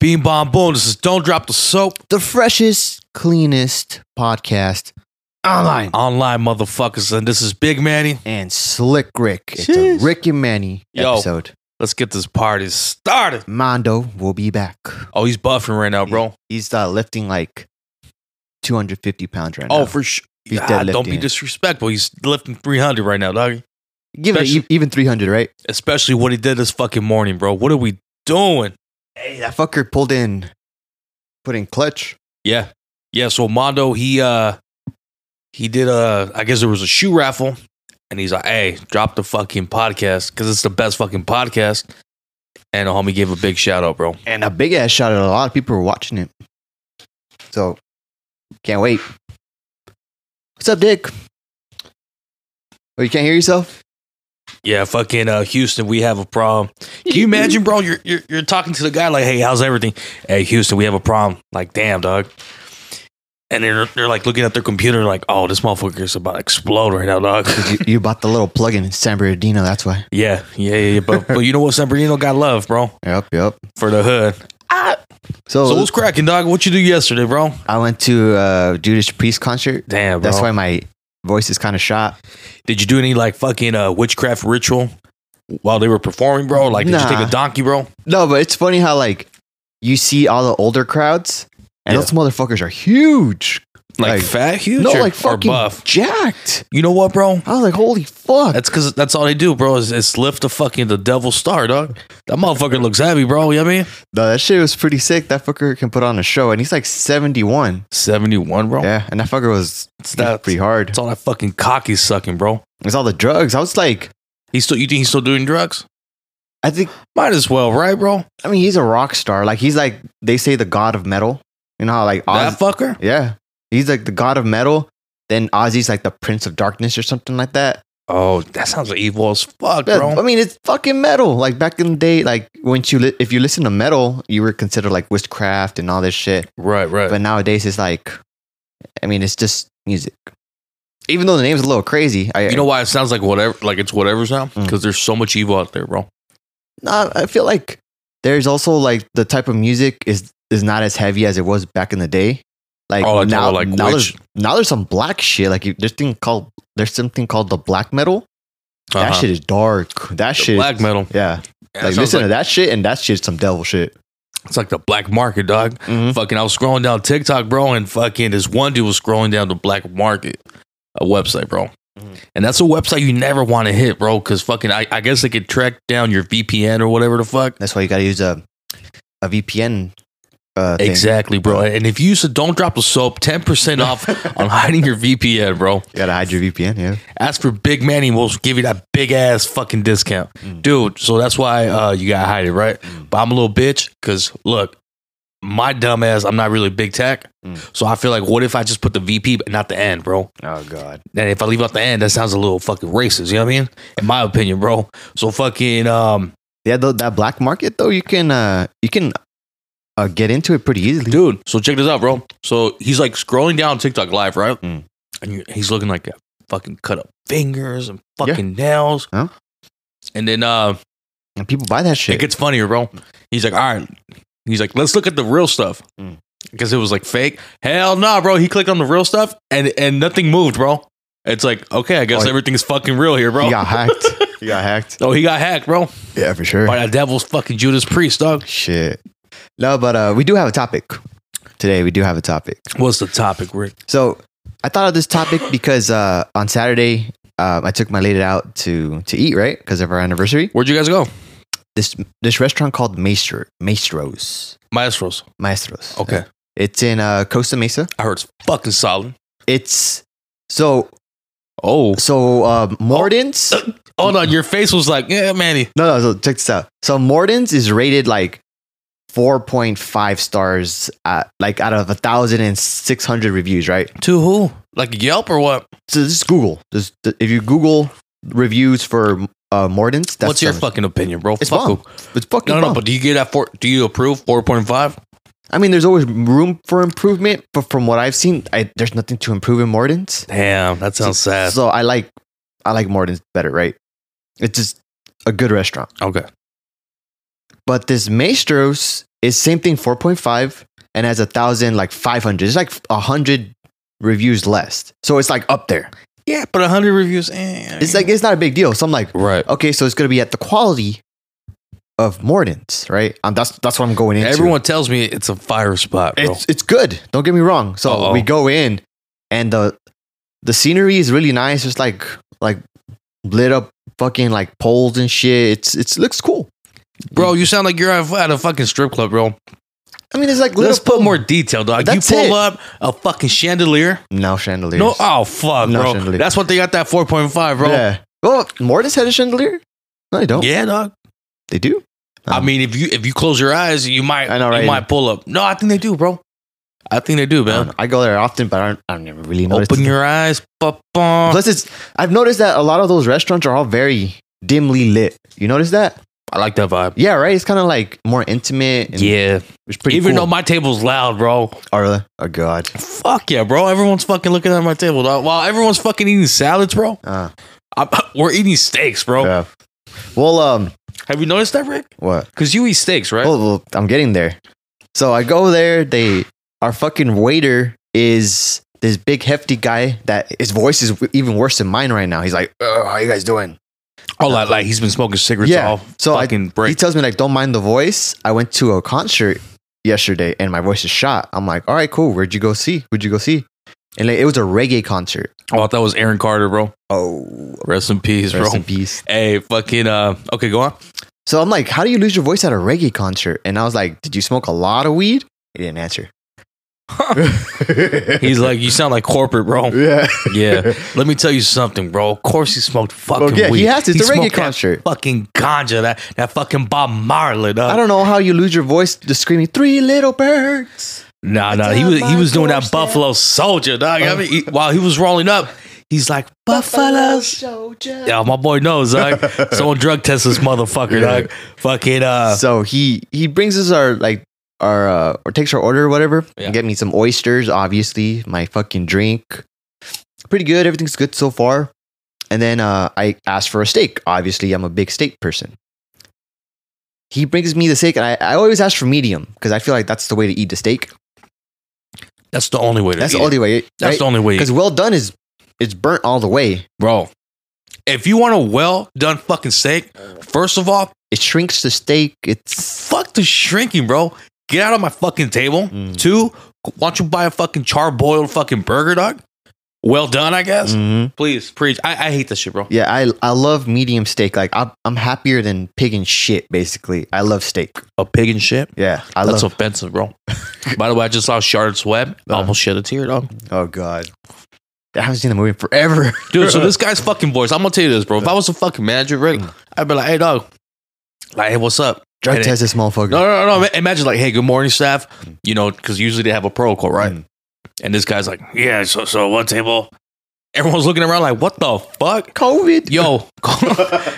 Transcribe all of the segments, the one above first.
Bean Bomb Bonuses. Don't drop the soap. The freshest, cleanest podcast online. Online motherfuckers. And this is Big Manny. And Slick Rick. It's Jeez. a Rick and Manny Yo. episode. Let's get this party started. Mondo will be back. Oh, he's buffing right now, bro. He's uh, lifting like 250 pounds right now. Oh, for sure. He's Ah, don't be deadlifting. disrespectful. He's lifting 300 right now, dog. Give it e- special- even 300, right? Especially what he did this fucking morning, bro. What are we doing? Hey, that fucker pulled in, put in clutch. Yeah. Yeah, so Mondo, he uh he did uh I guess it was a shoe raffle and he's like, "Hey, drop the fucking podcast cuz it's the best fucking podcast." And the homie gave a big shout out, bro. And a big ass shot at a lot of people were watching it. So, can't wait. What's up, Dick? Oh, you can't hear yourself? Yeah, fucking uh, Houston, we have a problem. Can you imagine, bro? You're, you're you're talking to the guy like, "Hey, how's everything?" Hey, Houston, we have a problem. Like, damn, dog. And they're they're like looking at their computer, like, "Oh, this motherfucker is about to explode right now, dog." you, you bought the little plug-in in San Bernardino. That's why. yeah, yeah, yeah, yeah. But but you know what? San Bernardino got love, bro, Yep, yep. for the hood. So, So what's cracking, dog? What you do yesterday, bro? I went to uh, Judas Priest concert. Damn, bro. That's why my voice is kind of shot. Did you do any like fucking uh, witchcraft ritual while they were performing, bro? Like, did Nah. you take a donkey, bro? No, but it's funny how like you see all the older crowds, and Yeah. those motherfuckers are huge. Like, Like- fat, huge, no, or, like or fucking buff? jacked. You know what, bro? I was like, holy fuck. That's because that's all they do, bro. Is, is lift the fucking the devil star, dog. That motherfucker looks heavy, bro. You know what I mean? no, that shit was pretty sick. That fucker can put on a show, and he's like seventy-one. Seventy one, bro. Yeah, and that fucker was It's he was that. pretty hard. It's all that fucking cock he's sucking, bro. It's all the drugs. I was like, He still. You think he's still doing drugs? I think. Might as well, right, bro? I mean, he's a rock star. Like he's like they say the god of metal. You know how like Oz, that fucker. Yeah. He's like the god of metal. Then Ozzy's like the prince of darkness or something like that. Oh, that sounds like evil as fuck, Yeah, bro. I mean, it's fucking metal. Like back in the day, like when you li- if you listen to metal, you were considered like witchcraft and all this shit. Right, right. But nowadays, it's like, I mean, it's just music. Even though the name's a little crazy, I you know why it sounds like whatever, like it's whatever's now? Mm. Because there's so much evil out there, bro. nah, I feel like there's also like the type of music is is not as heavy as it was back in the day. Like Oh, like, now, like now there's witch. now there's some black shit. Like you- there's thing called there's something called the black metal. That Uh-huh. shit is dark. That The shit. black metal. Yeah, Yeah. like sounds listen like- to that shit, and that shit's some devil shit. It's like the black market, dog. Fucking, I was scrolling down TikTok, bro, and fucking this one dude was scrolling down the black market, a website, bro. Mhm. And that's a website you never want to hit, bro, because fucking, I, I guess they could track down your VPN or whatever the fuck. That's why you gotta use a a VPN. Uh, thing. Exactly, bro. And if you used to don't drop the soap, 10% off on hiding your VPN, bro. You gotta hide your VPN. Yeah. Ask for Big Manny, we'll give you that big ass fucking discount. Mm. Dude, so that's why uh, you gotta hide it, right? But I'm a little bitch, because look, my dumb ass, I'm not really big tech. Mm. So I feel like, what if I just put the VP, but not the end, bro? Oh god. And if I leave out the end, that sounds a little fucking racist. You know what I mean? In my opinion, bro. So fucking um, Yeah, though that black market though, you can uh you can uh get into it pretty easily. dude. So check this out, bro. So he's like scrolling down TikTok live, right? Mm. And you, he's looking like a fucking cut up fingers and fucking nails. Huh? And then uh, And people buy that it shit. gets funnier, bro. He's like, all right. He's like, let's look at the real stuff Mm. because it was like fake. Hell no, bro. He clicked on the real stuff and and nothing moved, bro. It's like, okay, I guess Oh, he- everything's fucking real here, bro. You got hacked. you got hacked. Oh, he got hacked, bro. Yeah, for sure. By that devil's fucking Judas Priest, dog. Shit. No, but uh, we do have a topic today. We do have a topic. What's the topic, Rick? So I thought of this topic because uh, on Saturday uh, I took my lady out to to eat right because of our anniversary. Where'd you guys go? This this restaurant called Maestro Maestros Maestros. Maestros. Okay. it's in uh, Costa Mesa. I heard it's fucking solid. It's so Oh. so uh, Morden's. Hold on. Your face was like, yeah, Manny. No, no. So check this out. So Morden's is rated like. 4.5 stars uh like out of 1600 reviews right To who? Like Yelp or what? so just google just if you google reviews for uh mordants that's What's your the- fucking opinion, bro? It's Fuck bomb. who. it's fucking No, no, bomb. but do you get that four? Do you approve 4.5? i mean there's always room for improvement but from what i've seen I, there's nothing to improve in mordants Damn, that sounds sad. so i like i like mordants better right it's just a good restaurant Okay. but this maestros It's same thing, 4.5, and has a thousand, like 500. It's like a hundred reviews less. So it's like up there. Yeah, but 100 reviews. Eh, It's like, it's not a big deal. So I'm like, right. okay, so it's going to be at the quality of Morton's, right? Um, that's, that's what I'm going into. Everyone tells me it's a fire spot, bro. it's it's good. Don't get me wrong. So Uh-oh. we go in, and the the scenery is really nice. It's like like lit up fucking like poles and shit. It's it's looks cool. bro, you sound like you're at at a fucking strip club, bro. I mean, it's like lit Let's up put more detail, dog. That's you pull it. up a fucking chandelier. no chandeliers. No, oh fuck, No bro. chandelier. That's what they got that 4.5, bro. Yeah, Yeah. Well, Mortis had a chandelier. No, they don't. dog. They do. I Um, mean, if you if you close your eyes, you might I know, right? you might pull up. No, I think they do, bro. I think they do, I, don't man. know. I go there often, but I don't. I don't even really notice. Open your eyes, pop on. Plus, it's I've noticed that a lot of those restaurants are all very dimly lit. You notice that? I like that vibe. Yeah, right. It's kind of like more intimate. And yeah, it's pretty. even though cool. my table's loud, bro. Arla, oh god. Fuck yeah, bro. Everyone's fucking looking at my table, dog. While everyone's fucking eating salads, bro. Uh, I'm, we're eating steaks, bro. yeah. Well, um, Have you noticed that, Rick? What? Because you eat steaks, right? Oh, well, I'm getting there. So I go there. They, our fucking waiter is this big hefty guy that his voice is w- even worse than mine right now. He's like, "Ugh, "How you guys doing?" Oh, like, like he's been smoking cigarettes Yeah. all So I- fucking He break. tells me like, "Don't mind the voice." I went to a concert yesterday, and my voice is shot. I'm like, "All right, cool. Where'd you go see? Where'd you go see?" And like, it was a reggae concert. oh, I thought it was Aaron Carter, bro. Oh, Rest in peace, rest bro. in peace. Hey, fucking. Uh, okay, go on. So I'm like, "How do you lose your voice at a reggae concert?" And I was like, "Did you smoke a lot of weed?" He didn't answer. He's like, you sound like corporate, bro. yeah. Yeah. Let me tell you something, bro. Of course he smoked fucking Well, yeah, weed. he has to. It's a reggae smoked that concert. Fucking ganja, that that fucking Bob Marley. I Dog. don't know how you lose your voice just screaming three little birds. Nah, nah. It's He on was he my was doing that doorstep. Buffalo Soldier, dog. I Oh. mean, he- while he was rolling up, he's like Buffaloes. soldier. Yeah, my boy knows, dog. Someone drug test this motherfucker, Yeah. dog. Fucking uh, So he he brings us our like our uh, or takes our order or whatever. Yeah. Get me some oysters, obviously. My fucking drink. Pretty good. Everything's good so far. And then uh, I asked for a steak. Obviously, I'm a big steak person. He brings me the steak, and I, I always ask for medium because I feel like that's the way to eat the steak. that's the only way. To That's eat the it. only way. That's the only way, Because well done is it's burnt all the way. bro. If you want a well done fucking steak, first of all, It shrinks the steak. It's fuck the shrinking, bro. Get out of my fucking table. Mm. Two, why don't you buy a fucking charboiled fucking burger, dog? Well done, I Mm. guess. Please preach. I, I hate this shit, bro. yeah. I I love medium steak. Like I'm I'm happier than pig and shit. Basically, I love steak. A pig and shit. Yeah, I That's love. offensive, bro. By the way, I just saw Charlotte's Web. I Uh. almost shed a tear, dog. oh god, I haven't seen the movie in forever. Dude, so this guy's fucking voice. I'm gonna tell you this, bro. If I was a fucking manager, Rick, I'd be like, hey, dog. Like, hey, what's up? drug And it- test this motherfucker. No, no, no, no. Imagine like, hey, good morning, staff. You know, because usually they have a protocol, right? Mm. And this guy's like, yeah. So, so one table. Everyone's looking around like, what the fuck? COVID. Yo,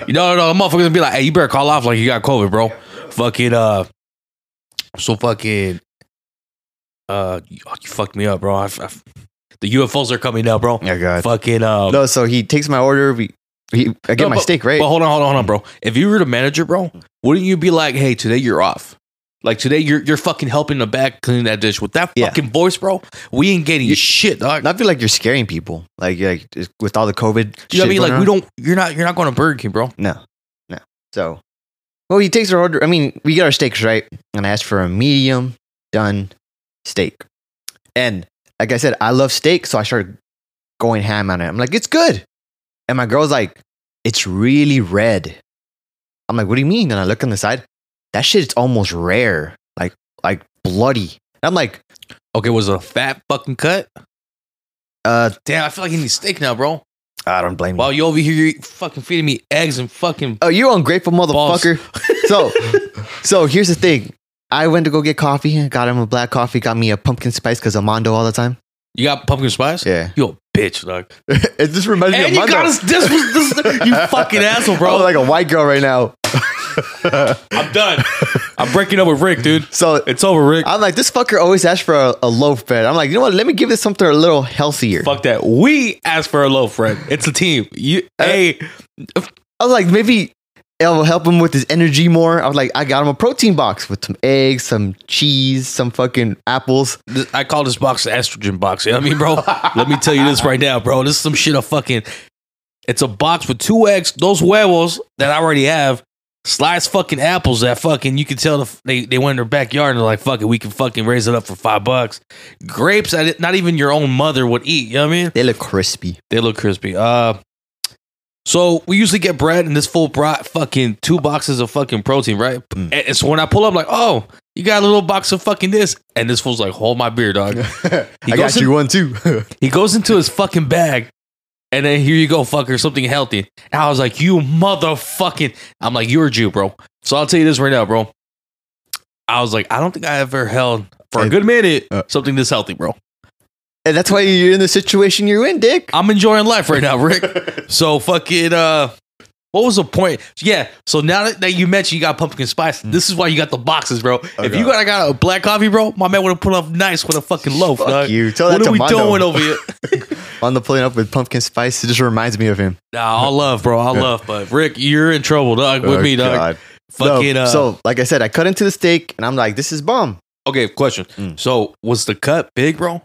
you know, no, the motherfucker's gonna be like, hey, you better call off, like you got COVID, bro. Fucking uh, so fucking uh, you, oh, you fucked me up, bro. I, I- the UFOs are coming now, bro. Oh god. Fucking um, No, so he takes my order. We, he, I get No, my steak right. But hold on, hold on, hold on, bro. If you were the manager, bro, wouldn't you be like, hey, today you're off? Like today you're you're fucking helping the back clean that dish with that Yeah. fucking voice, bro. We ain't getting You- shit, dog. And I feel like you're scaring people. Like you're like just with all the COVID. you know what I shit mean? Like we going on. don't you're not you're not going to Burger King, bro. No, no. So, well, he takes our order. I mean, we get our steaks right, and I asked for a medium done steak. And like I said, I love steak, so I started going ham on it. I'm like, it's good. And my girl's like, it's really red. I'm like, what do you mean? And I look on the side. That shit is almost rare, like like bloody. And I'm like, Okay, was it a fat fucking cut? uh, Damn, I feel like I need steak now, bro. I don't blame you. While you over here, you're fucking feeding me eggs and fucking Oh, you ungrateful Balls. motherfucker. So, so here's the thing. I went to go get coffee. Got him a black coffee. Got me a pumpkin spice because I'm Mondo all the time. you got pumpkin spice. Yeah. You a bitch, dog. it just reminds And you got us. This was this. You fucking asshole, bro. I'm like a white girl right now. I'm done. I'm breaking up with Rick, dude. So It's over, Rick. I'm like, this fucker always asks for a, a loaf bread. I'm like, you know what? Let me give this something a little healthier. Fuck that. We asked for a low friend. It's a team. You hey, I was like, maybe it will help him with his energy more. I was like, I got him a protein box with some eggs, some cheese, some fucking apples. This- I call this box the estrogen box. You know what I mean, bro? Let me tell you this right now, bro. This is some shit I fucking. It's a box with two eggs, those huevos that I already have, sliced fucking apples that fucking you can tell the, they, they went in their backyard and they're like, fuck it, we can fucking raise it up for five bucks. Grapes that not even your own mother would eat. You know what I mean? They look crispy. They look crispy. Uh, so we usually get bread, and this fool brought fucking two boxes of fucking protein, right? Mm. And- And so when I pull up, like, oh, you got a little box of fucking this, and this fool's like, hold my beer, dog. I goes got you one too. He goes into his fucking bag, and then here you go, fucker, something healthy. And I was like, you motherfucking. I'm like, you're a Jew, bro. So I'll tell you this right now, bro. I was like, I don't think I ever held for a Hey, good minute uh, something this healthy, bro. and that's why you're in the situation you're in, Dick. I'm enjoying life right now, Rick. So fucking uh what was the point? Yeah, so now that, that you mentioned you got pumpkin spice, this is why you got the boxes, bro. if you Hmm. Oh, God. got I got a black coffee, bro, my man would have put up nice with a fucking loaf. Fuck dog. you. Tell that What to are we Mondo. doing over here? on the plane up with pumpkin spice. It just reminds me of him. Nah, all love, bro. All love, but Rick, you're in trouble, dog. With Oh, me, dog. God. No, Fucking uh, so, like I said, I cut into the steak and I'm like, this is bomb. okay. Question. Mm. So was the cut big, bro?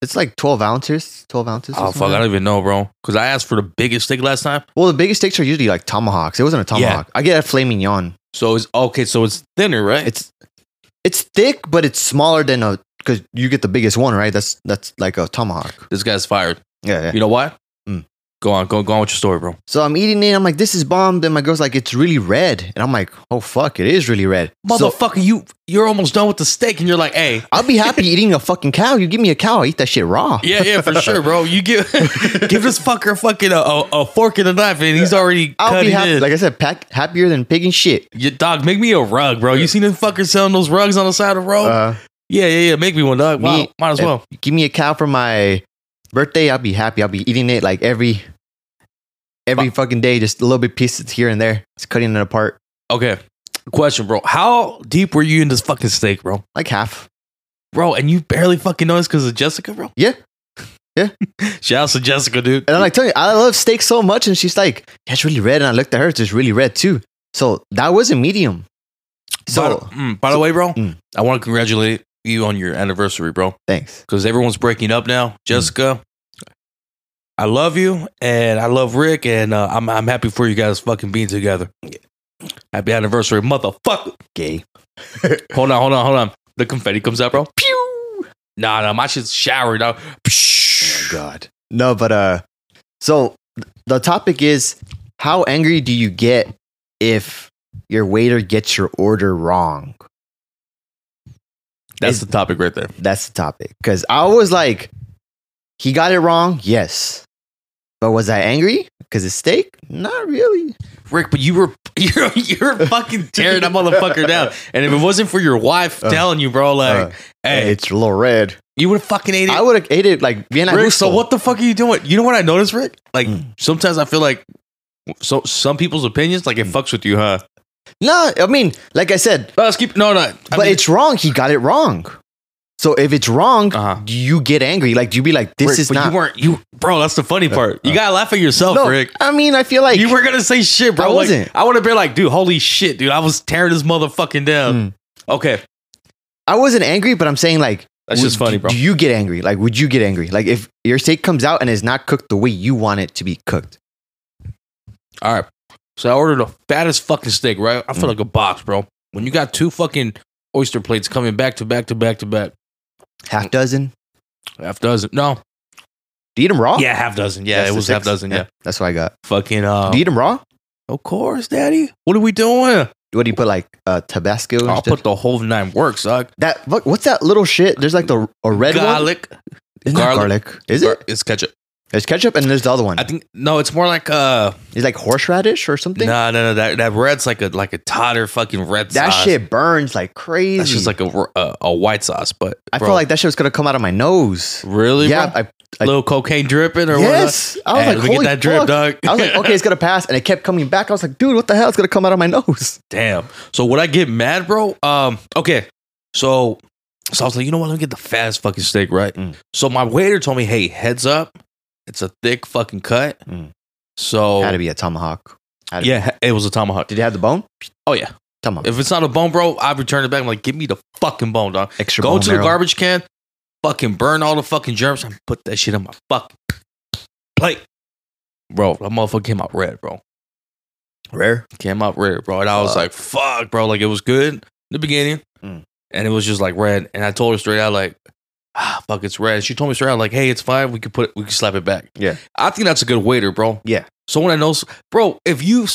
It's like 12 ounces, 12 ounces. or Oh something fuck, like I that. don't even know, bro. Because I asked for the biggest steak last time. Well, the biggest steaks are usually like tomahawks. It wasn't a Yeah. tomahawk. I get a filet mignon. So it's okay. So it's thinner, right? It's it's thick, but it's smaller than a because you get the biggest one, right? That's that's like a tomahawk. this guy's fired. Yeah, yeah. You know why? Mm. Go on, go go on with your story, bro. So I'm eating it. I'm like, this is bomb. Then my girl's like, it's really red, and I'm like, oh fuck, it is really red. So motherfucker, you you're almost done with the steak, and you're like, hey, I'll be happy eating a fucking cow. You give me a cow, I eat that shit raw. yeah, yeah, for sure, bro. You give give this fucker fucking a, a, a fork and a knife, and he's already I'll be cutting happy. in. Like I said, pack, happier than pig and shit. Your dog, make me a rug, bro. You seen them fuckers selling those rugs on the side of the road? Uh, yeah, yeah, yeah. Make me one, dog. Wow, me- might as if well. you give me a cow for my birthday. I'll be happy. I'll be eating it like every every fucking day, just a little bit pieces here and there, just cutting it apart, Okay, question, bro. How deep were you in this fucking steak, bro? like half. Bro, and you barely fucking noticed because of Jessica, bro. Yeah. Yeah. Shout out to Jessica, dude. And I'm like, telling you, I love steak so much, and she's like, "That's really red." And I looked at her; it's just really red too. So that was a medium. So, So by, mm, by the way, bro, Mm. I want to congratulate you on your anniversary, bro. thanks. because everyone's breaking up Mm. now. Jessica, I love you, and I love Rick, and uh, I'm I'm happy for you guys fucking being together. Happy anniversary, motherfucker! Gay. Hold on, hold on, hold on. The confetti comes out, bro. Pew! Nah, nah, my shit's showered out. Oh, God. No, but uh, so th- the topic is how angry do you get if your waiter gets your order wrong? That's the topic right there. That's the topic. Because I was like, he got it wrong. Yes. But was I angry? Because it's steak? Not really. Rick, but you were you're you're fucking tearing that motherfucker down. And if it wasn't for your wife Uh, telling you, bro, like, Uh, hey, it's a little red. you would have fucking ate it. I would have ate it like bien a Rick, so gusto. what the fuck are you doing? You know what I noticed, Rick? Like Mm. sometimes I feel like so some people's opinions, like it Mm. fucks with you, huh? No, I mean, like I said, Let's keep no, no. I but mean- it's wrong. He got it wrong. So if it's wrong, Uh-huh. do you get angry? Like, do you be like, this Rick, is but not. you weren't you, bro. That's the funny part. You uh. gotta laugh at yourself, no, Oh, Rick. I mean, I feel like You were gonna say shit, bro. I Like, wasn't. I would have been like, dude, holy shit, dude. I was tearing this motherfucking down. Mm. Okay, I wasn't angry, but I'm saying like that's would- just funny, bro. Do you get angry? Like, would you get angry? Like, if your steak comes out and it's not cooked the way you want it to be cooked, All right. So I ordered a fattest fucking steak, right? I feel like a box, bro. When you got two fucking oyster plates coming back to back to back to back, half dozen. half dozen. No, Do you eat them raw? yeah, half dozen. Yeah, That's it the was half six. dozen. Yeah, That's what I got. fucking. Uh, do you eat them raw? Of course, Daddy. What are we doing? What do you put like uh, Tabasco? And I'll stuff? put the whole nine works, dog. that. What, what's that little shit? There's like the a red one. garlic. It's not garlic. Is it? It's ketchup. There's ketchup and there's the other one. I think no. It's more like uh It's like horseradish or something. no no no that that red's like a like a totter fucking red that sauce. shit burns like crazy. That's just like a, r- a a white sauce, but I bro, feel like that shit was gonna come out of my nose. really yeah. bro? I, I- little cocaine dripping or yes. I What? was Hey, like, let me holy get that drip, fuck. dog. I was like, okay, it's gonna pass, and it kept coming back. I was like, dude, what the hell? It's gonna come out of my nose. Damn. So would I get mad, bro? Um, okay. So so I was like, you know what? Let me get the fattest fucking steak, right? Mm. So my waiter told me, hey, heads up, it's a thick fucking cut. Mm. So Had to be a tomahawk. How did- Yeah, it was a tomahawk. Did it have the bone? Oh yeah. Come on. If it's not a bone, bro, I return it back. I'm like, give me the fucking bone, dog. Extra Go bone to the marrow. garbage can, fucking burn all the fucking germs, and put that shit in my fucking plate. Bro, that motherfucker came out red, bro. Rare. Came out red, bro. And I was Fuck. like, fuck, bro. Like it was good in the beginning. Mm. And it was just like red. And I told her straight out, like, ah, fuck, it's red. She told me straight out, like, hey, it's fine. We could put it, we could slap it back. Yeah. I think that's a good waiter, bro. Yeah. Someone that knows, bro. If you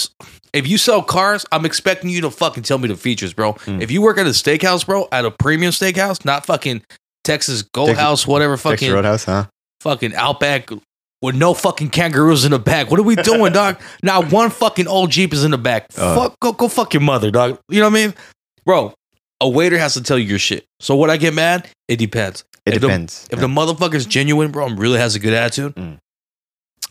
if you sell cars, I'm expecting you to fucking tell me the features, bro. Mm. If you work at a steakhouse, bro, at a premium steakhouse, not fucking Texas Gold Texas- House, whatever, Texas fucking Roadhouse, huh? fucking Outback with no fucking kangaroos in the back. What are we doing, dog? Not one fucking old jeep is in the back. Uh. Fuck, go go fuck your mother, dog. You know what I mean, bro? A waiter has to tell you your shit. So what I get mad? It depends. It If the- depends. If the motherfucker's genuine, bro, and really has a good attitude. Mm.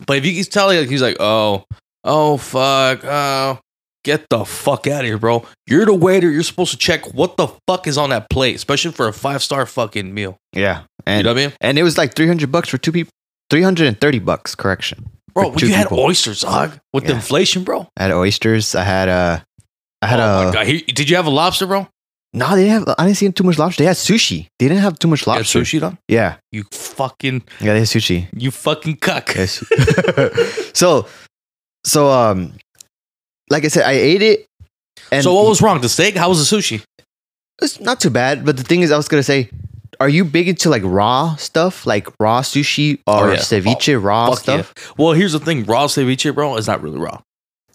But if you he's telling like he's like, oh, oh fuck, oh, get the fuck out of here, bro. You're the waiter. You're supposed to check what the fuck is on that plate, especially for a five star fucking meal. yeah. And you know what I mean, and it was like 300 bucks for two people. 330 bucks, correction. bro? for well, two You had people. oysters, dog, with the Yeah. inflation, bro. I had oysters. I had uh I had uh, oh my a god, He- did you have a lobster, bro? No, they didn't have I didn't see too much lobster. They had sushi. They didn't have too much You had lobster. sushi, dog. Yeah. You fucking, Yeah, they had sushi. you fucking cuck. Yes. so so um like I said, I ate it and so what was wrong? The steak? How was the sushi? it's not too bad, but the thing is I was gonna say are you big into like raw stuff, like raw sushi or Oh, yeah. ceviche, raw Fuck yeah. stuff? Well, here's the thing: raw ceviche, bro, is not really raw.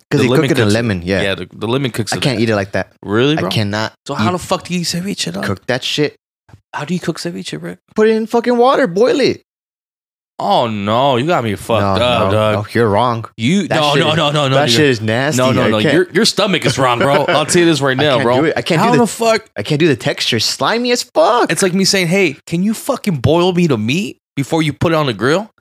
Because The they lemon cook it in cooks it. lemon, yeah. Yeah, the, the lemon cooks. I can't eat it like that. Really, bro? I cannot So how eat- the fuck do you eat ceviche? Dog? cook that shit. How do you cook ceviche, bro? Put it in fucking water, boil it. Oh no, you got me fucked no, up, no, dog. no, you're wrong. You That no, shit no is- no no no that dude. shit is nasty. no no I no. can't- Your your stomach is wrong, bro. I'll tell you this right I now, can't bro. do it. I can't do How the- the fuck? I can't do the texture. Slimy as fuck. It's like me saying, hey, can you fucking boil me the meat before you put it on the grill?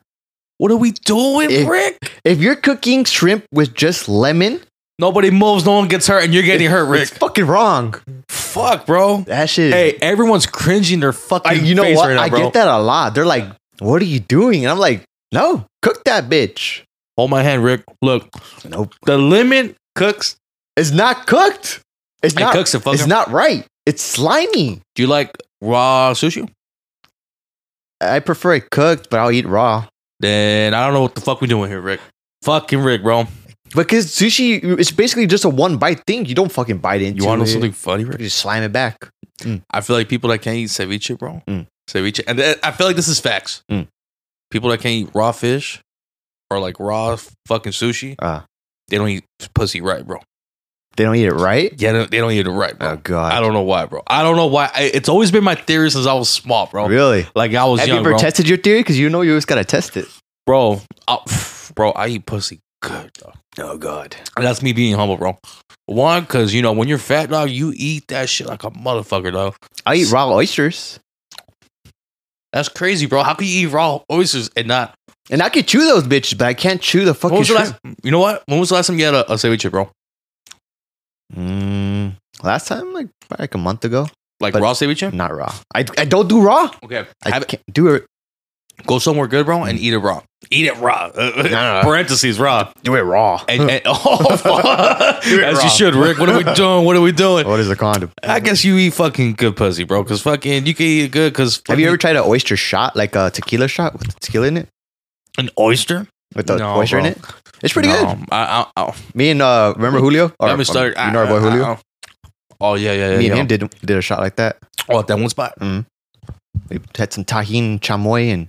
What are we doing, It- Rick? if you're cooking shrimp with just lemon, Nobody moves, no one gets hurt, and you're getting hurt, it's Rick. fucking wrong. Fuck, bro. That shit. is- Hey, everyone's cringing their fucking I- you know face what? right now, I bro. get that a lot. They're like, "What are you doing?" And I'm like, "No, cook that bitch." Hold my hand, Rick. Look, Nope, the lemon cooks it's not cooked. It's and not. cooks it. It's Fucker. not right. It's slimy. do you like raw sushi? I prefer it cooked, but I'll eat raw. Then I don't know what the fuck we doing here, Rick. Fucking Rick, bro. Because sushi, it's basically just a one bite thing. You don't fucking bite into You want to it. know something funny, Rick? You just slime it back. I feel like people that can't eat ceviche, bro. Mm. Ceviche, and th- I feel like this is facts. Mm. People that can't eat raw fish or like raw fucking sushi, Ah. they don't eat pussy right, bro. They don't eat it right. Yeah, they don't, they don't eat it right, bro. Oh god! I don't know why, bro. I don't know why. I, it's always been my theory since I was small, bro. Really? Like I was Have you young, ever bro. tested your theory? Because you know you always gotta test it. bro, I, bro, I eat pussy good, dog. Oh god! And that's me being humble, bro. One, because you know when you're fat, dog, you eat that shit like a motherfucker, dog. I eat raw oysters, That's crazy, bro. How can you eat raw oysters and not? and I could chew those bitches, but I can't chew the When fucking. was the Shrimp. last, you know what? When was the last time you had a, a ceviche, bro? Mm, last time, like probably like a month ago. Like But- raw ceviche? Not raw. I, I don't do raw. Okay. I Mm. Have it- can't do it. go somewhere good, bro, and eat it raw. Eat it raw. no, no. Parentheses raw. Do it raw. And, and- oh, fuck. Do it as raw. you should, Rick. What are we doing? What are we doing? What is a condom? I guess you eat fucking good pussy, bro. Cause fucking you can eat it good. Cause Have you ever tried an oyster shot, like a tequila shot with tequila in it, an oyster? with the No, oyster bro. in it? It's pretty No, good. I, I, I, Me and uh, remember Julio? Or, um, let me start. You know our boy I- I- Julio? I- oh yeah, yeah, yeah. me and yeah. him did did a shot like that. Oh, at that one spot. We had some tahini, chamoy, and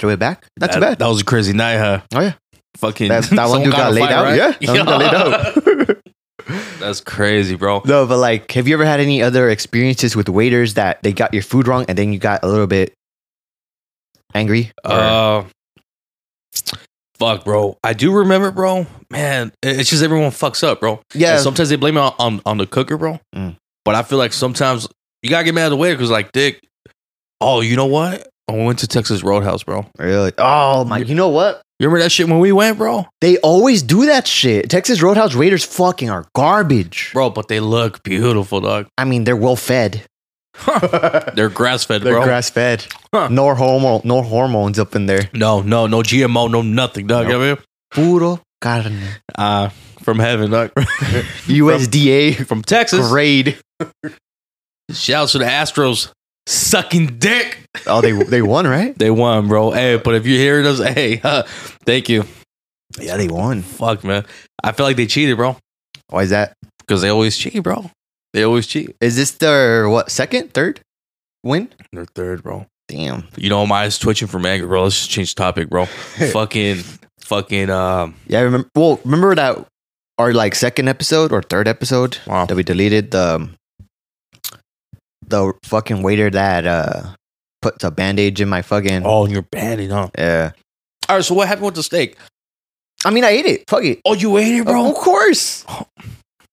threw it back. Not too bad. That was a crazy night, huh? Oh, yeah. Fucking That, that someone one dude in got a laid fight, out. right? Yeah, that one got laid out. That's crazy, bro. No, but like, have you ever had any other experiences with waiters that they got your food wrong and then you got a little bit angry? Or- Uh, fuck, bro. I do remember, bro. Man, it- it's just everyone fucks up, bro. yeah, And sometimes they blame it on, on, on the cooker, bro. Mm. But I feel like sometimes you gotta get mad at the waiter because, like, dick. Oh, you know what? I went to Texas Roadhouse, bro. really. Oh my! You know what? You remember that shit when we went, bro? They always do that shit. Texas Roadhouse waiters fucking are garbage. Bro, but they look beautiful, dog. I mean, they're well fed. they're They're grass fed, bro. grass fed. Huh. No hormone, no hormones up in there. no, no, no GMO, no nothing, dog. You know what I mean? Puro carne. Uh, from heaven, dog. USDA from Texas. grade. Shouts to the Astros sucking dick. Oh, they they won, right? They won, bro. Hey, but if you're hearing us, hey, huh, thank you. Yeah, they won. Fuck, man. I feel like they cheated, bro. Why is that? Because they always cheat, bro. They always cheat. Is this their what second, third win? They're third, bro. Damn. You know, my eyes twitching from anger, bro. Let's just change topic, bro. fucking, fucking, um, Yeah, I remember. Well, remember that our like second episode or third episode wow. that we deleted the um, the fucking waiter that uh puts a bandage in my fucking. Oh, and you're banning, huh? Yeah. All right, so what happened with the steak? I mean, I ate it. Fuck it. Oh, you ate it, Of course.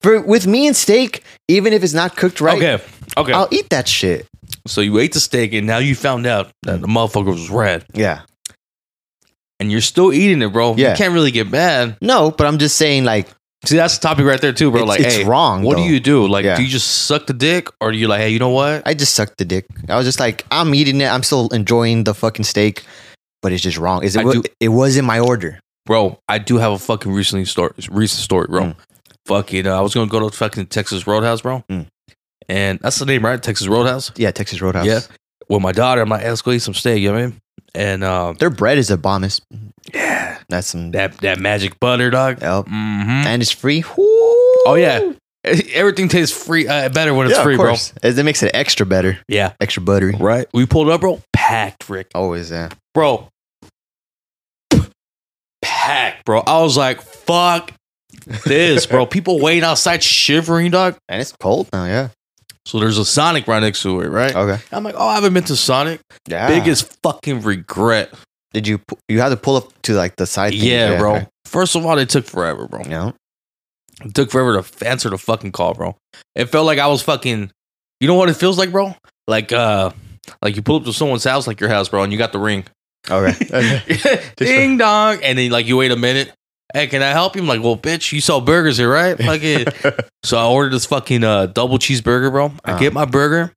For with me and steak, even if it's not cooked right, Okay, okay. I'll eat that shit. so you ate the steak, and now you found out that the motherfucker was red, Yeah. and you're still eating it, bro. You Yeah. can't really get mad. No, but I'm just saying, like, See, that's the topic right there, too, bro. it's, like, it's hey, wrong. what though. do you do? Like, Yeah. do you just suck the dick, or do you like, hey, you know what? I just sucked the dick. I was just like, I'm eating it. I'm still enjoying the fucking steak, but it's just wrong. Is I it? wa- do- It was in my order. bro, I do have a fucking recently story, recent story, bro. Mm. Fucking, uh, I was gonna go to fucking Texas Roadhouse, bro, Mm. and that's the name, right? Texas Roadhouse. Yeah, Texas Roadhouse. Yeah. With my daughter, I'm like, hey, let's go eat some steak, you know what I mean? And um, their bread is a bombus. yeah, That's some. that that magic butter, dog. Yep. Mm-hmm. And it's free. Oh yeah, everything tastes free uh, better when it's free, bro. bro. It makes it extra better, Yeah, extra buttery. right. We pulled up, bro. Packed, Rick, Always that. bro. Packed, bro. I was like, fuck this, bro. People waiting outside, shivering, dog. And it's cold now. Yeah. So there's a Sonic right next to it, right? Okay. I'm like, oh, Ah. I haven't been to Sonic. Yeah. Biggest fucking regret. Did you? pu- You had to pull up to like the side. thing. yeah, bro. okay. First of all, it took forever, bro. Yeah. It took forever to answer the fucking call, bro. It felt like I was fucking. You know what it feels like, bro? Like, uh, like you pull up to someone's house, like your house, bro, and you got the ring. Okay. Ding dong, and then like you wait a minute. Hey, can I help you? I'm like, well, bitch, you sell burgers here, right? Fucking. so I ordered this fucking uh double cheeseburger, bro. I Uh-huh. get my burger,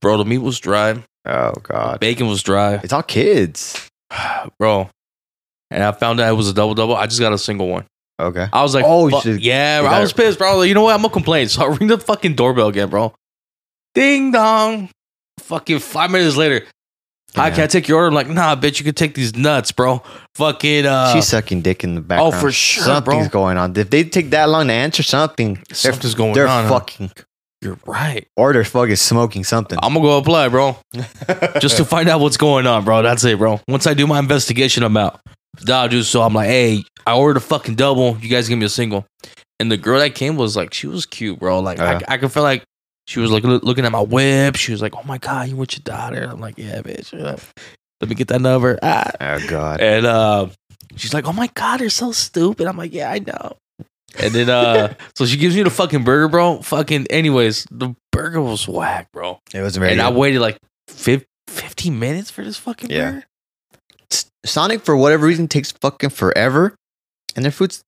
bro. The meat was dry, oh God. bacon was dry, It's all kids. bro. And I found out it was a double double. I just got a single one. Okay. I was like, Oh, oh, you should've- yeah, you bro. I gotta- was pissed, bro. I was like, you know what? I'm gonna complain. So I ring the fucking doorbell again, bro. Ding dong. Fucking five minutes later. Hi, Yeah. can I take your order? I'm like, nah, bitch, you can take these nuts, bro. Fucking uh She's sucking dick in the background. for sure, bro. Something's going on. If they take that long to answer something, they're, something's going they're on. huh? fucking You're right. or they're fucking smoking something. I'm gonna go apply, bro. Just to find out what's going on, bro. That's it, bro. Once I do my investigation, I'm out. Nah, dude. So I'm like, hey, I ordered a fucking double. You guys give me a single. And the girl that came was like, she was cute, bro. Like, Uh-huh. I, I could feel like she was like loo- looking at my whip. She was like, oh my god, you with your daughter? I'm like, yeah, bitch. Yeah. Let me get that number. Ah. oh god. And uh, she's like, oh my god, they're so stupid. I'm like, yeah, I know. And then uh, so she gives me the fucking burger, bro. Fucking, anyways, the burger was whack, bro It was very and I good. waited like fif- 15 minutes for this fucking Yeah. burger. Sonic for whatever reason takes fucking forever. And their food's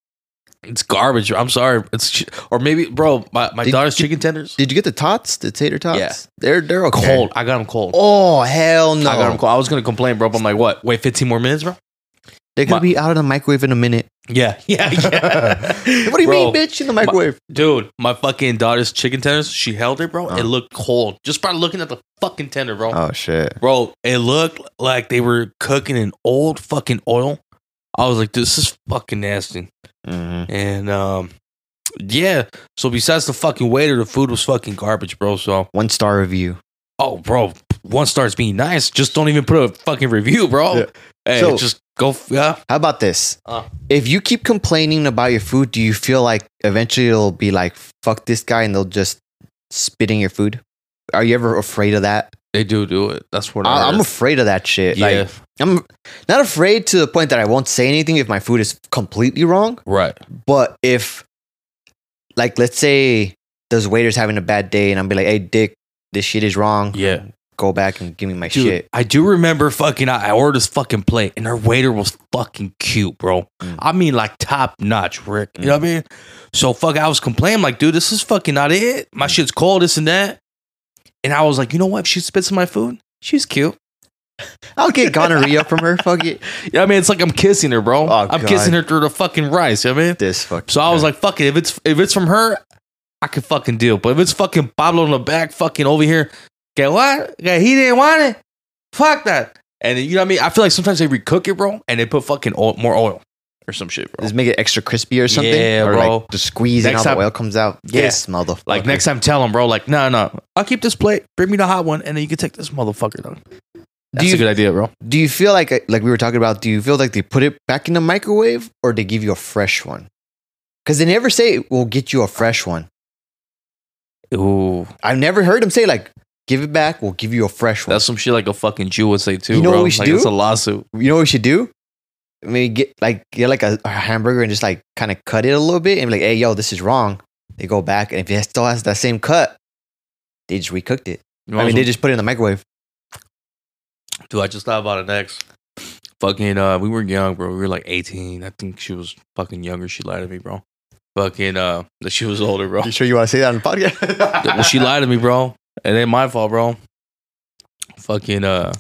It's garbage. I'm sorry. It's ch- or maybe, bro, my, my Did- daughter's chicken tenders Did you get the tots? The tater tots? Yeah. They're they're okay. cold. I got them cold. Oh hell no. I got them cold. I was gonna complain, bro. But I'm like, what? Wait, 15 more minutes, bro? They're gonna My- be out of the microwave in a minute. Yeah, yeah, yeah. What do you Bro, mean, bitch? In the microwave. dude? My fucking daughter's chicken tenders. She held it, bro. Uh. It looked cold just by looking at the fucking tender, bro. oh shit. Bro, it looked like they were cooking in old fucking oil. I was like, this is fucking nasty. Mhm. And um yeah, so besides the fucking waiter, the food was fucking garbage, bro. So One star review. oh bro, one star's being nice. Just don't even put a fucking review, bro. Yeah. Hey, So- just go f- yeah. How about this? Uh. If you keep complaining about your food, do you feel like eventually it'll be like, fuck this guy, and they'll just spit in your food? Are you ever afraid of that? They do do it. That's what I, I, I'm afraid of that shit. yeah, Like, I'm not afraid to the point that I won't say anything if my food is completely wrong. right. But if, like, let's say those waiter's having a bad day, and I'm be like, hey, dick, this shit is wrong. Yeah, Go back and give me my dude. shit. I do remember fucking. I I ordered this fucking plate, and her waiter was fucking cute, bro. Mm. I mean, like top notch, Rick. You know what I mean? So fuck, I was complaining, like, dude, this is fucking not it. My Mm. shit's cold, this and that. And I was like, you know what? If she spits in my food, she's cute. I'll get gonorrhea from her. Fuck it. Yeah, I mean, it's like I'm kissing her, bro. Oh, I'm God. kissing her through the fucking rice. You know what I mean, This fuck. so I was like, fuck it. If it's if it's from her, I can fucking deal. But if it's fucking Pablo in the back, fucking over here, get what? Yeah, he didn't want it. Fuck that. And you know what I mean? I feel like sometimes they recook it, bro, and they put fucking oil, more oil or some shit, bro. just make it extra crispy or something. Yeah, or bro. Like just squeeze and Next all the time- oil comes out. Yeah. Yes, motherfucker. Like next time, tell him, bro. Like, no, no, I'll keep this plate. Bring me the hot one, and then you can take this motherfucker. Dog. That's you- a good idea, bro. Do you feel like like we were talking about? Do you feel like they put it back in the microwave or they give you a fresh one? Because they never say we'll get you a fresh one. Ooh, I've never heard them say like give it back. We'll give you a fresh one. that's some shit like a fucking Jew would say too, You know bro. what we should like it's do? a lawsuit. you know what we should do? Maybe get like get like a, a hamburger and just like kind of cut it a little bit and be like, hey, yo, this is wrong. They go back and if it still has that same cut, they just recooked it. I mean, they just put it in the microwave. Dude, I just thought about it next. Fucking, uh, we were young, bro. We were like 18. I think she was fucking younger. She lied to me, bro. Fucking, uh, that she was older, bro. sure you want to say that on the podcast? well, she lied to me, bro. It ain't my fault, bro. Fucking, uh,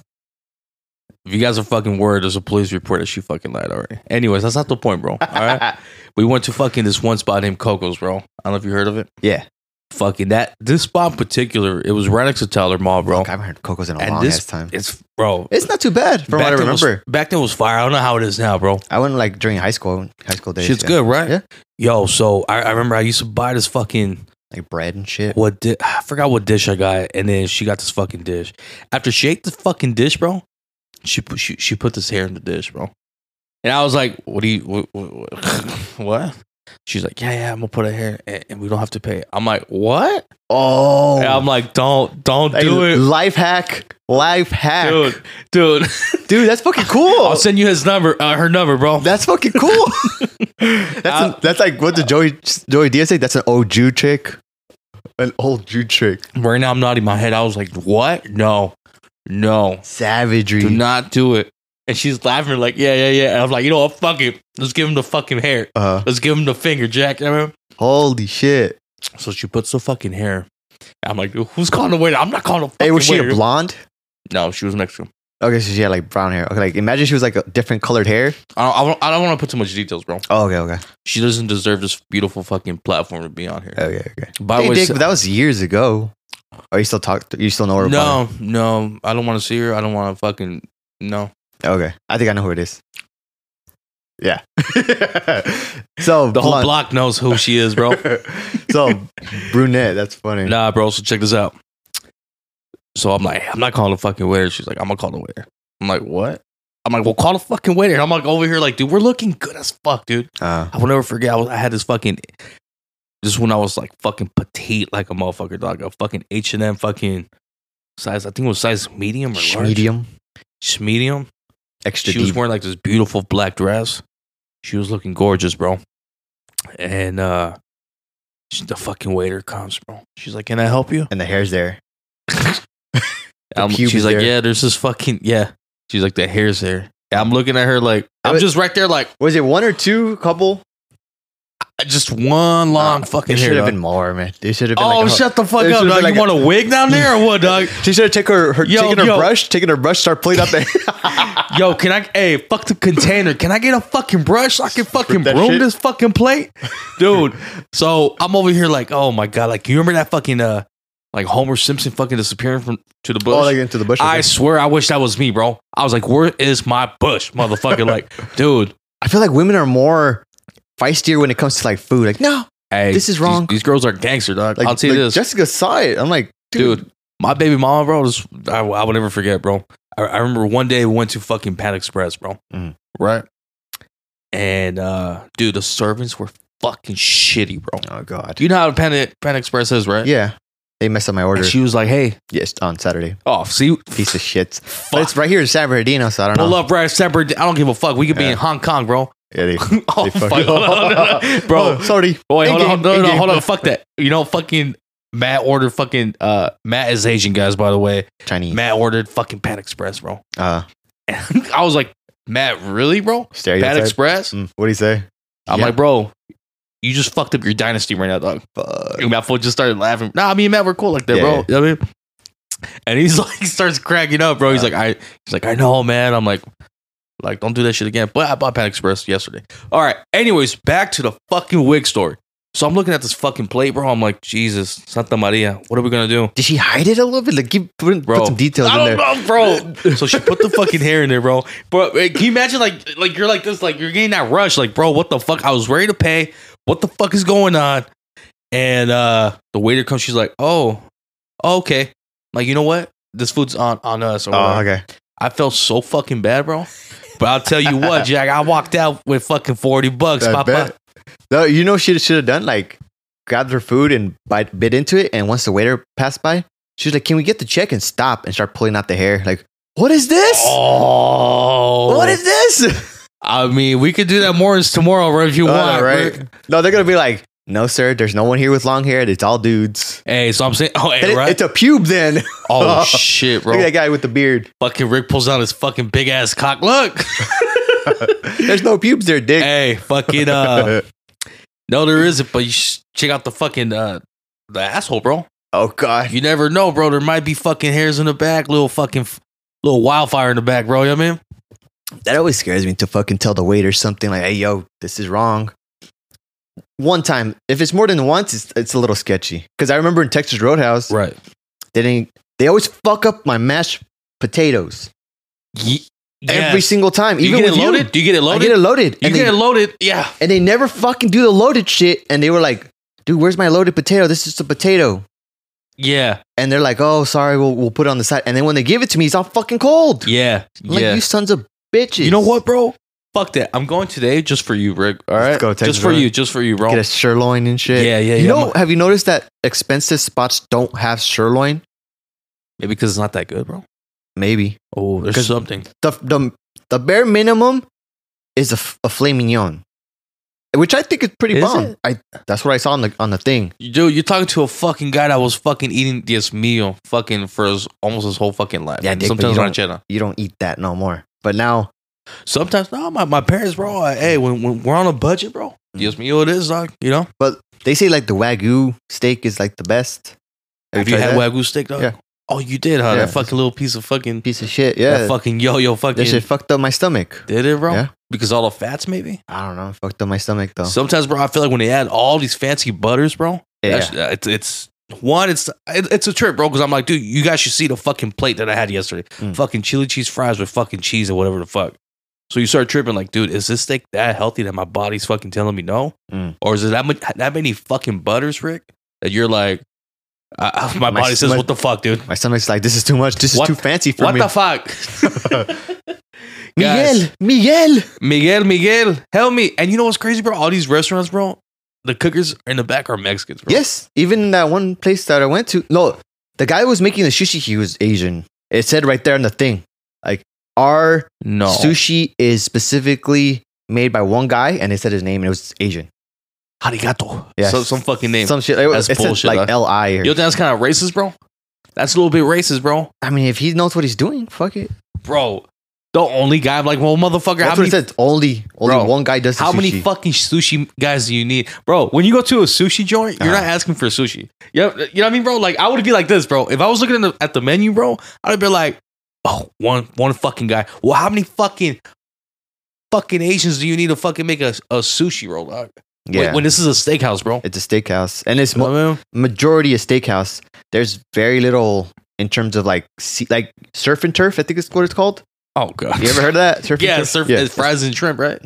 if you guys are fucking worried, there's a police report that she fucking lied already. Anyways, that's not the point, bro. All right. we went to fucking this one spot named Coco's, bro. I don't know if you heard of it. Yeah. Fucking that, this spot in particular, it was right next to Tyler Mall, bro. Fuck, I haven't heard Coco's in a And long this- ass time. It's, bro, It's not too bad from what I then was- remember. back then was fire. I don't know how it is now, bro. I went like during high school, high school days. Shit's yeah. good, right? Yeah. Yo, so I, I remember I used to buy this fucking Like bread and shit. what di- I forgot what dish I got, and then she got this fucking dish. After she ate the fucking dish, bro, she put she, she put this hair in the dish, bro. And I was like, "What do you what?" what, what? She's like, "Yeah, yeah, I'm gonna put a hair, and, and we don't have to pay." I'm like, "What?" Oh, And I'm like, "Don't, don't Like, do it, Life hack, life hack, dude. dude, dude." that's fucking cool. I'll send you his number, uh, her number, bro. That's fucking cool. that's Uh, that's like what the Joey Joey Diaz say. That's an old Jew trick, an old Jew trick. Right now, I'm nodding my head. I was like, "What? No, no." Savagery. Do not do it. And she's laughing like, yeah, yeah, yeah. And I'm like, you know what? Fuck it. Let's give him the fucking hair. uh, Let's give him the finger, Jack. You know what I mean? holy shit. So she puts the fucking hair. I'm like, dude, who's calling the waiter? I'm not calling the fucking Hey, was she waiter. a blonde? no, she was Mexican. Okay, so she had like brown hair. Okay, like imagine she was like a different colored hair. I don't, I don't, I don't want to put too much details, bro. Oh, okay, okay, She doesn't deserve this beautiful fucking platform to be on here. okay, okay. By the hey, way, Dick, s- but that was years ago. Are you still talk? You still know her? about no, no, I don't want to see her. I don't want to fucking, no. her? Okay, I think I know who it is. Yeah. so The whole blonde. block knows who she is, bro. so brunette. That's funny. Nah, bro. So check this out. So I'm like, I'm not calling the fucking waiter. She's like, I'm gonna call the waiter. I'm like, what? I'm like, well, call the fucking waiter. And I'm like over here, like, dude, we're looking good as fuck, dude. Uh, I will never forget. I, was, I had this fucking, this is when I was like fucking petite, like a motherfucker, dog. A fucking H and M fucking size. I think it was size medium or large. medium, Sh- medium. extra She was deep. wearing like this beautiful black dress. She was looking gorgeous, bro. And uh, she- the fucking waiter comes, bro. She's like, "Can I help you?" and the hair's there. The I'm- pubes she's like, there. yeah, there's this fucking yeah. She's like, the hair's there. And I'm looking at her like I'm But- just right there, like Was it one or two couple? I- just one long Uh, fucking it hair. should have dog. been more, man. It should have been. oh, like a- shut the fuck it up, should've dog! been like you want a wig down there or what, dog? She should have taken her, her Yo, taken her yo. brush, taken her brush, start pulling out the. Oh, Yo, can I? Hey, fuck the container. Can I get a fucking brush? so I can fucking that broom shit? this fucking plate, dude. so I'm over here like, oh my god, like you remember that fucking uh, like Homer Simpson fucking disappearing from to the bush. Oh, like into the bush. I okay. swear, I wish that was me, bro. I was like, where is my bush, motherfucker? like, dude. I feel like women are more feistier when it comes to like food. Like no, Hey, This is these- wrong. These, girls are gangster, dog. like, I'll tell you like this, Jessica saw it. I'm like, dude, dude. My baby mama, bro. This, I, I will never forget, bro. I, I remember one day we went to fucking Pan Express, bro. Mhm. Right. And uh, dude, the servants were fucking shitty, bro. Oh god. You know how Pan, Pan Express is, right? Yeah, they messed up my order. And she was like, "Hey, yes, on Saturday. oh, see, Piece of shit. fuck, But it's right here in San Bernardino, so I don't pull know. up, right? Separate. I don't give a fuck. We could be Yeah. in Hong Kong, bro. Yeah, they, oh, they fuck, fucking- bro. Oh, sorry. Boy, hold on, Endgame, hold on, no, no, endgame. hold on, fuck that. You know, fucking Matt ordered fucking uh Matt is Asian guys, by the way. Chinese. Matt ordered fucking Pat Express, bro. Uh, And I was like, Matt, really, bro? Pat stereotype. Express? Mm, what do you say? I'm Yeah. like, bro, you just fucked up your dynasty right now, dog. Fuck. And Matt fool just started laughing. Nah, me and Matt were cool like that, Yeah, bro. yeah. You know what I mean? and he's like starts cracking up, Uh. bro. He's like, I he's like, I know, man. I'm like, like, don't do that shit again. But I bought Pan Express yesterday. All right. Anyways, back to the fucking wig story. So I'm looking at this fucking plate, bro. I'm like, Jesus, Santa Maria, what are we gonna do? Did she hide it a little bit? Like, keep putting, Bro. put some details I in there. don't know, bro. so she put the fucking hair in there, bro. Bro, hey, can you imagine like like you're like this, like you're getting that rush, like, bro, what the fuck? I was ready to pay. What the fuck is going on? And uh the waiter comes, she's like, Oh, okay. Like, you know what? This food's on on us. Or whatever. Oh, okay. I felt so fucking bad, bro. But I'll tell you what, Jack, I walked out with fucking 40 bucks, I Papa. bet. No, you know, she should have done like grabbed her food and bite, bit into it. And once the waiter passed by, she was like, Can we get the check and stop and start pulling out the hair? Like, what is this? Oh. What is this? I mean, we could do that more as tomorrow, bro, if you Oh, I know, want. right? bro. No, they're going to be like, No, sir, there's no one here with long hair. It's all dudes. Hey, so I'm saying, oh, Then hey, it- right? It's a pube then. Look oh, shit, at that bro. guy with the beard. Fucking Rick pulls out his fucking big ass cock. Look. There's no pubes there, dick. hey, fucking, uh, no, there isn't, but you should check out the fucking, uh, the asshole, bro. oh, God. You never know, bro. There might be fucking hairs in the back, little fucking, f- little wildfire in the back, bro. You know what I mean? That always scares me to fucking tell the waiter something like, hey, yo, this is wrong. One time, if it's more than once, it's, it's a little sketchy. Because I remember in Texas Roadhouse, Right. they didn't, they always fuck up my mashed potatoes Ye- every yes. single time. Do you even get it with you. loaded? Do you get it I loaded? get it loaded. you and, get they, it loaded. Yeah. and they never fucking do the loaded shit. And they were like, dude, where's my loaded potato? This is just a potato. Yeah. And they're like, oh, sorry, we'll, we'll put it on the side. And then when they give it to me, it's all fucking cold. Yeah. I'm like, yeah. you sons of bitches. You know what, bro? Fuck that. I'm going today just for you, Rick. All Let's right. go, Texas just for brother. you. Just for you, bro. Get a sirloin and shit. Yeah, yeah, You yeah. know, have you noticed that expensive spots don't have sirloin? Maybe because it's not that good, bro. Maybe Oh, there's 'Cause- something. the the, the bare minimum is a, f- a filet mignon, which I think is pretty Is bomb. it? I that's what I saw on the on the thing. Dude, you're talking to a fucking guy that was fucking eating this meal fucking for his, almost his whole fucking life. Yeah, And dick, but sometimes you ranchera. You don't eat that no more. But now, Sometimes, no, my, my parents, bro. I- hey, when, when we're on a budget, bro, Mm. Dios mío, it is, dog. You know? but they say like the wagyu steak is like the best. Have you tried had that? wagyu steak, dog? Yeah. Oh, you did, huh? Yeah. That fucking little piece of fucking, piece of shit? that Yeah, fucking yo-yo fucking. that shit fucked up my stomach. Did it, bro? Yeah. Oh. Because all the fats, maybe. I don't know, it fucked up my stomach though. Sometimes, bro, I feel like when they add all these fancy butters, bro. Yeah. that's- uh, it's, it's one. It's it- it's a trip, bro. Because I'm like, dude, you guys should see the fucking plate that I had yesterday. Mm. Fucking chili cheese fries with fucking cheese or whatever the fuck. So you start tripping, like, dude, is this steak that healthy that my body's fucking telling me no, Mm. or is it that much, that many fucking butters, Rick? That you're like, I, I- my, My body says, stomach- what the fuck, dude? my stomach's like, this is too much. This is What- too fancy for What me. the fuck? Miguel, Guys. Miguel. Miguel, Miguel, help me. And you know what's crazy, bro? All these restaurants, bro, the cookers in the back are Mexicans, bro. Yes, even that one place that I went to. No, the guy who was making the sushi, he was Asian. It said right there on the thing, like our No. sushi is specifically made by one guy, and it said his name, and it was Asian. Arigato. Yeah. So, some fucking name. Some shit. It, That's was it said bullshit, like huh? L I. you think that's kind of racist, bro? That's a little bit racist, bro. I mean, if he knows what he's doing, fuck it. Bro, the only guy, I'm like, well, motherfucker, how That's what it many, said. Only, only Bro, one guy does. The how many sushi. fucking sushi guys do you need? Bro, when you go to a sushi joint, you're Uh-huh. not asking for sushi. You know, you know what I mean, bro? Like, I would be like this, bro. If I was looking at the, at the menu, bro, I'd be like, oh, one, one fucking guy. Well, how many fucking fucking Asians do you need to fucking make a, a sushi roll? dog? Yeah, When, when this is a steakhouse, bro. it's a steakhouse, and it's You know mo- what I mean? majority of steakhouse. There's very little in terms of like sea- like surf and turf. I think is what it's called. Oh god. You ever heard of that? Surf and yeah, turf? surf, Yeah. It's fries and shrimp, right?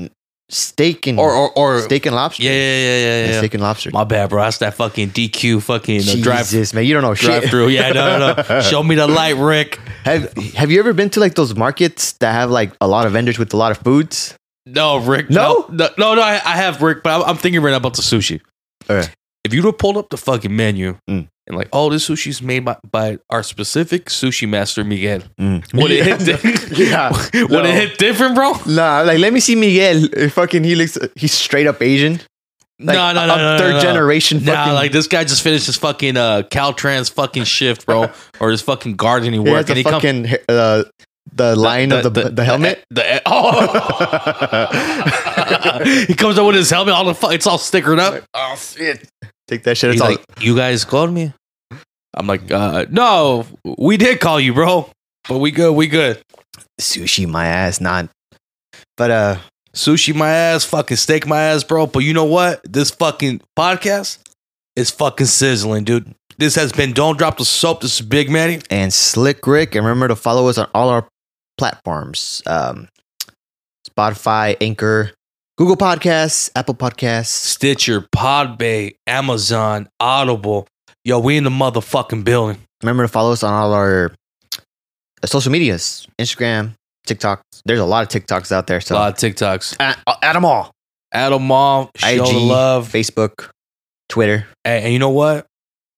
steak and Or or or steak and lobster. yeah, yeah, yeah, yeah, Yeah, yeah, yeah. steak and lobster. My bad, bro. That's that fucking DQ fucking uh, Jesus, drive man, you don't know drive shit. through. Yeah, no, no. Show me the light, Rick. have Have you ever been to like those markets that have like a lot of vendors with a lot of foods? No, Rick. No? no, no. no, I, I have Rick, but I'm, I'm thinking right now about the sushi. Okay. If you would have pulled up the fucking menu Mm. and like, oh, this sushi's made by, by our specific sushi master Miguel. Would it hit? Di- mm. Yeah. Would No. it hit different, bro? Nah, like let me see Miguel. If fucking he looks, uh, he's straight up Asian. no, Like, no, I'm no, no, no, third no. generation. Nah, fucking, like this guy just finished his fucking uh, Caltrans fucking shift, bro, or his fucking garden he he has worked. the and he come- fucking uh, the line of the the, helmet. The, e- the- oh, he comes up with his helmet. All the fu- it's all stickered up. oh shit! Take that shit. It's He's all like, you guys called me. I'm like, uh, no, we did call you, bro. But we good, we good. Sushi, my ass, not. But uh, Sushi my ass, fucking steak my ass, bro. But you know what? This fucking podcast is fucking sizzling, dude. This has been Don't Drop the Soap. This is Big Manny. and Slick Rick, and remember to follow us on all our platforms: um, Spotify, Anchor, Google Podcasts, Apple Podcasts. Stitcher, Podbay, Amazon, Audible. Yo, we in the motherfucking building. Remember to follow us on all our uh, social medias: Instagram, TikTok. There's a lot of TikToks out there, A so lot of TikToks. at, at them all. Add them all. Show IG, the love. Facebook, Twitter, And, and you know what?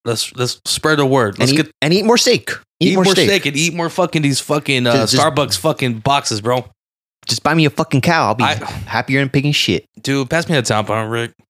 Let's let's spread the word. and Let's eat, get and eat more steak. Eat, more, steak. and eat more fucking these fucking uh, Just- just- Starbucks fucking boxes, bro. Just buy me a fucking cow. I'll be I- happier than picking shit. Dude, pass me that tampon, Rick.